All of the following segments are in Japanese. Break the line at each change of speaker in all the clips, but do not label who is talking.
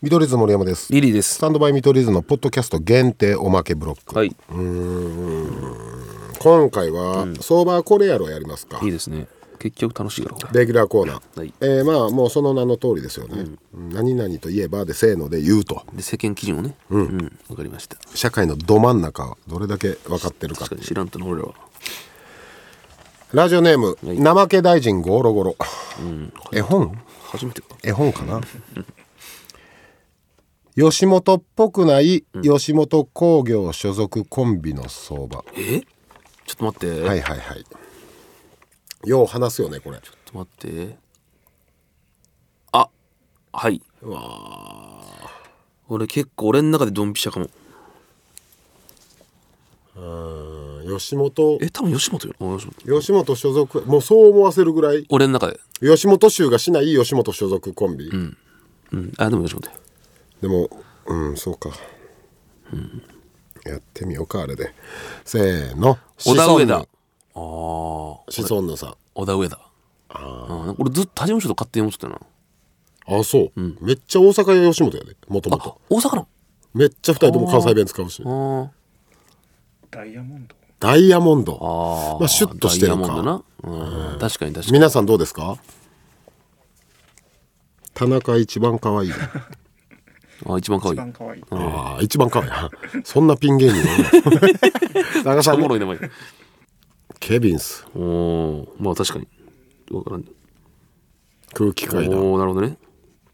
見取り図森山です
リリーで
ス
す。
タンドバイ見取り図のポッドキャスト限定おまけブロック、
はい。
今回は、相場はこれやろやりますか
いいですね。結局楽しいやろ、これ。
レギュラーコーナー、
はい
えーまあもうその名の通りですよね、うん何々といえばでせーので言うと
で、世間基準をね。うん。わ、かりました。
社会のど真ん中をどれだけ分かってるか
確かに知らんとの俺らは。
ラジオネーム、怠け大臣ゴロゴロ、絵本
初めてか。
絵本かな 吉本っぽくない吉本興業所属コンビの相場、
えちょっと待って。
は
ちょ
いはいはいよう話すよねこれ
っと待って。あ、はい。うわー俺結構俺の中でドンピシャかも。
うん吉本
え、多分吉本よ。あ吉本
吉本所属もうそう思わせるぐらい
俺の中で。
吉本州がしない吉本所属コンビ、
うん。あ、でも吉本よ。
でもうんそうか、やってみようかあれでせーの
小田上田。あ
シ
あー。
ソンヌさん
小田上田。ああ。なんか俺ずっと他事務所と勝手に思ってたな。
あそう、めっちゃ大阪や吉本やでもとも
あ
と、
大阪な
めっちゃ二人とも関西弁使うし
の
ダイヤモンド
ダイヤモンド
あーあー。
まあシュッとしてるか
ダイヤモンドな。うん。確かに確かに。
皆さんどうですか田中一番可愛い
あ、一番可愛
一
い。
番可愛い
ああ一番可愛い そんなピン芸人 はね田中さ
お
んね
もろい名前。
ケビンス
おお、まあ確かに。わからん。
空気階段
おお、なるほどね。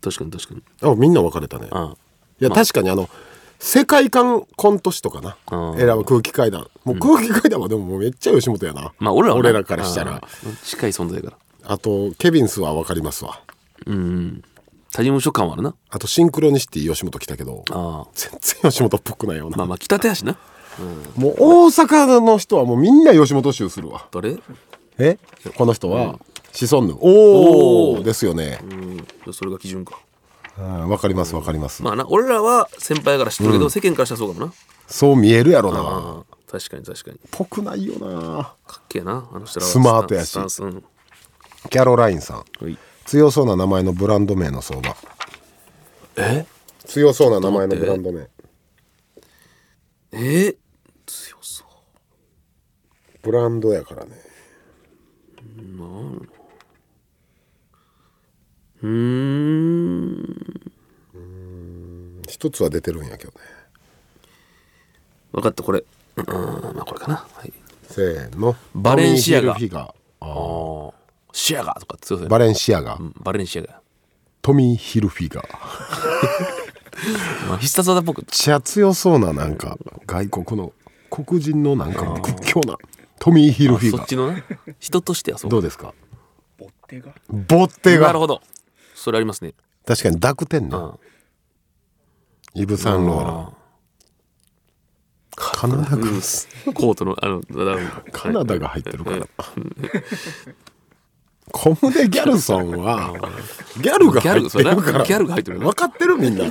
確かに確かに。
あみんな分かれたね
あ
いや、確かにあの世界観コント師とかな
あー
選ぶ空気階段もう空気階段はでももうめっちゃ吉本やな、
まあ俺らはな
からしたら。
あー近い存在だから。
あとケビンスは分かりますわ
うん。他事務所感はあるな。
あとシンクロニシティ吉本来たけど
ああ。
全然吉本っぽくないような、
まあまあ、北手足な。
もう大阪の人はもうみんな吉本集するわ
誰
えこの人はシソンヌおおですよね
うん。それが基準か。
あー分かります分かります、
まあな、俺らは先輩から知ってるけど、世間からしたらそうかもな。
そう見えるやろな
ああ。確かに確かに。
ぽくないよな
かっけえな、あの人らは。
スマートやし
スタンスうん
キャロラインさん
はい
強そうな名前のブランド名の相場
え
強そうな名前のブランド名
えー強そ
ブランドやからね
う。うーん。
一つは出てるんやけどね
分かった、これ。うん、まあこれかな。はい。
せーの
バレンシアガ
トミーヒルフィガーあ
ああ。シアガーとか強そう
ー
やな
バレンシアガ
うんバレンシアガ
トミー・ヒルフィガー
ー。まあ、必殺技っぽく。
めっちゃ強そうななんか外国の黒人のなんか屈強なトミー・ヒルフィ
そ
ガ
っち
ー
のな。人としてはそう。
どうですか
ボッテが
ボッテ
な
が
るほど。それありますね。
確かに濁点
う。
なんイブ・サンローラン
あ
カナダ
ー
が
うんコートの、あの、だだ
カナダが入ってるからコムデ・ギャルソンはギャルが入ってるから
ギャルが入ってる
分かってるみんな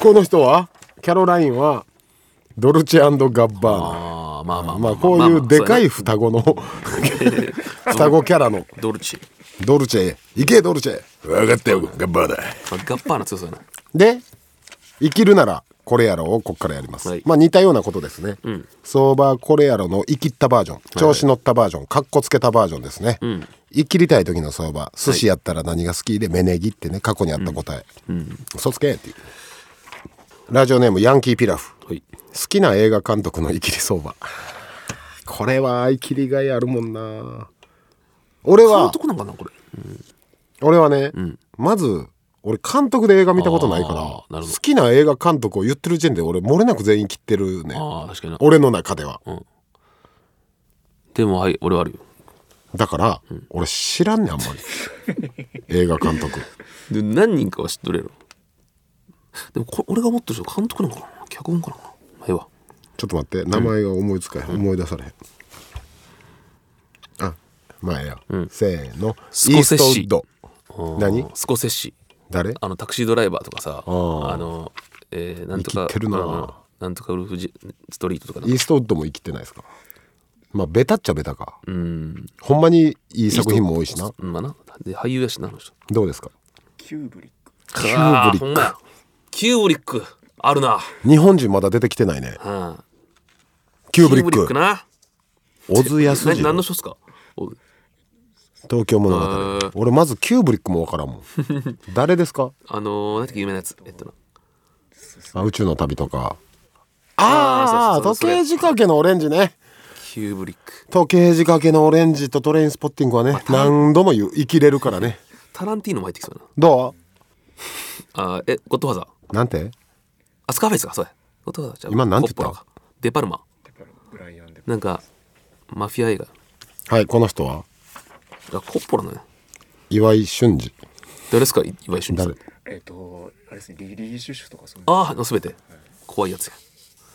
この人はキャロラインはドルチェガッバー
ああ、まあまあ
ナまあこういうでかい双 子の双子キャラの
ドルチ。
ドルチェ行けドルチェ分かったよガッバーだ
あガッパーな強さやな。
で生きるならこれやろをこっからやります、
はい
まあ似たようなことですね、
ん
相場これやろの生きったバージョン調子乗ったバージョンかっこつけたバージョンですね、生きりたい時の相場寿司やったら何が好きで芽ネギってね過去にあった答え、嘘つけっていうラジオネームヤンキーピラフ
はい。
好きな映画監督のイキリ相場これはイキリがいあるもんな俺は
監督なんかな、これ。
俺はね、まず俺監督で映画見たことないから
あーなるほど
好きな映画監督を言ってる時点で俺漏れなく全員切ってるね
ああ、確かにな。
俺の中では、
でも、はい、俺はあるよ。
だから、俺知らんねんあんま り映画監督
で何人かは知っとるやろでもこれ俺が思ってる人監督なのかな脚本家なのかなまあええわ
ちょっと待って名前が思いつかへん、思い出されへんあまあええや、せーの
スコセッシ
イーストウッド何
スコセッシ
誰
あのタクシードライバーとかさあ
ー
の、えー、なんとか
生きてるな
うんなんとかウルフジストリートとかな
イーストウッドも生きてないですかまあベタっちゃベタか、
うん
ほんまにいい作品も多いしな
うんまあなで俳優やしなあの人
どうですか
キューブリック
キュー
キューブリック
キューブリックあるな、
日本人まだ出てきてないね
うん、
キューブリッ
キ
ク
な
小津安
何
二
何
郎
の書っすかお
東京物語、
ー
俺まずキューブリックもわからん もん誰ですか
あのー、なんていうか有名なやつえっとな
あ宇宙の旅とか
あ
あ
ー
あ
そうそ
時
うそう
計仕掛けのオレンジね
キューブリック
時計仕掛けのオレンジとトレインスポッティングはね何度も言う生きれるからね
タランティーノも入ってきそうや
ど
なあーえゴッドファーザー
うなんて
あスカーフェイスかそうやゴッドファーザーじゃ
今なんて言った
コッポラかデパルマ
やっぱりブライアンで
なんかマフィア映画
はいこの人は
がコッポラのね
岩井俊二
誰ですかい岩井俊二さん
誰
えっ、とあれですねリリー・シュシュとかそういう
ああの全て怖いやつや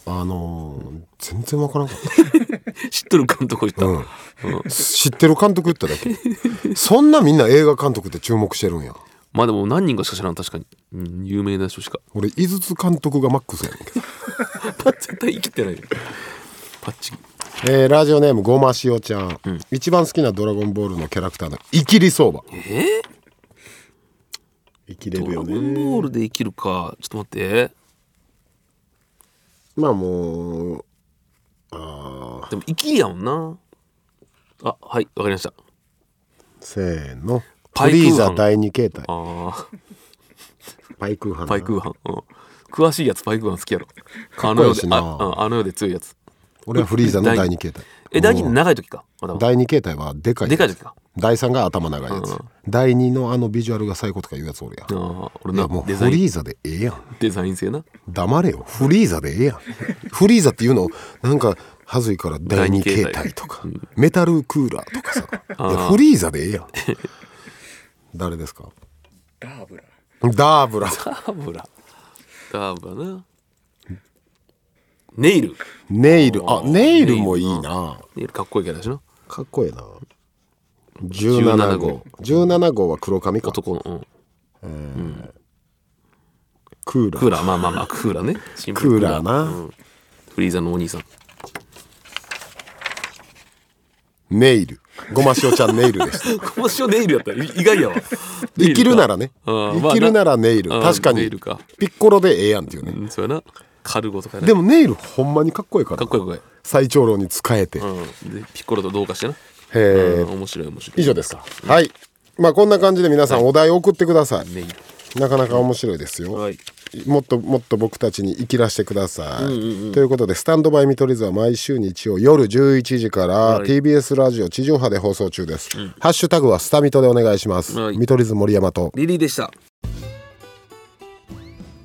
あのー、全然わからんかっ
知っとる監督言った、
んた知ってる監督言っただけそんなみんな映画監督って注目してるんや
まあでも何人かしか知らん確かに、うん、有名な人しか
俺井筒監督がマックスやねんけど、
パッ絶対生きてないよパッチリ
えーラジオネームごましおちゃん、一番好きな「ドラゴンボール」のキャラクターのイキリ相場
え
生きれ
ー、
る
ドラ
よ
ゴ
ね
ンボールで生きるかちょっと待って
まあもうあー
でも生きやもんなあはいわかりました
せーの
パ
フ
イク
リ
ーハン
ーザ第二形態
ああ
パイクーハン
パイクーハン、うん、詳しいやつパイクーハン好きやろあ
こ
の
いい
世
し
で
な
あ,、うん、あの世で強いやつ
俺はフリーザの第二形態
え大事に長い時かまだ
第二形態はでかいやつ
でかい時か
第三が頭長いやつ、第二のあのビジュアルが最高とかいうやつおるやん、
あー俺
いや
な
もう
デ
フ
ザイン
リーザでええやん
デザイン性な
黙れよフリーザでええやんフリーザっていうのなんかはずいから第二形態とか、メタルクーラーとかさいやフリーザでええやん誰ですか
ダーブラ
ダーブラ
ダーブラダーブラなネイル
ネイルあ
あー
ネイルもいいな
ネイルかっこいいキャラだしな
かっこええな17号17号は黒髪か
男の、うん、
クーラー
クーラーまあまあまあクーラーねシンプ
クー
ル
ラーな、
フリーザのお兄さん
ネイルごましおちゃ んネイルでした
この塩ネイルやったらい意外やわ
生きるならね
あー
生きるならネイル
まあな
確か
うんネ
に
イルか
ピッコロでええやんっていう
う
ね
んそうやなカルゴとかね
でもネイルほんまにかっこいいから
かっこいいかっこ
最長老に使えて
いい、うん、でピッコロとどうかしてな
え
うん面白い面白い
以上ですかはいまあこんな感じで皆さんお題送ってくださ
ネイ
いなかなか面白いです
ル
よ
はい
もっともっと僕たちに生きらしてください、ということで「スタンドバイ見取り図」は毎週日曜夜11時から TBS ラジオ地上波で放送中です、ハッシュタグは「スタミト」でお願いします、
はい
見取り図森山と
リリーでした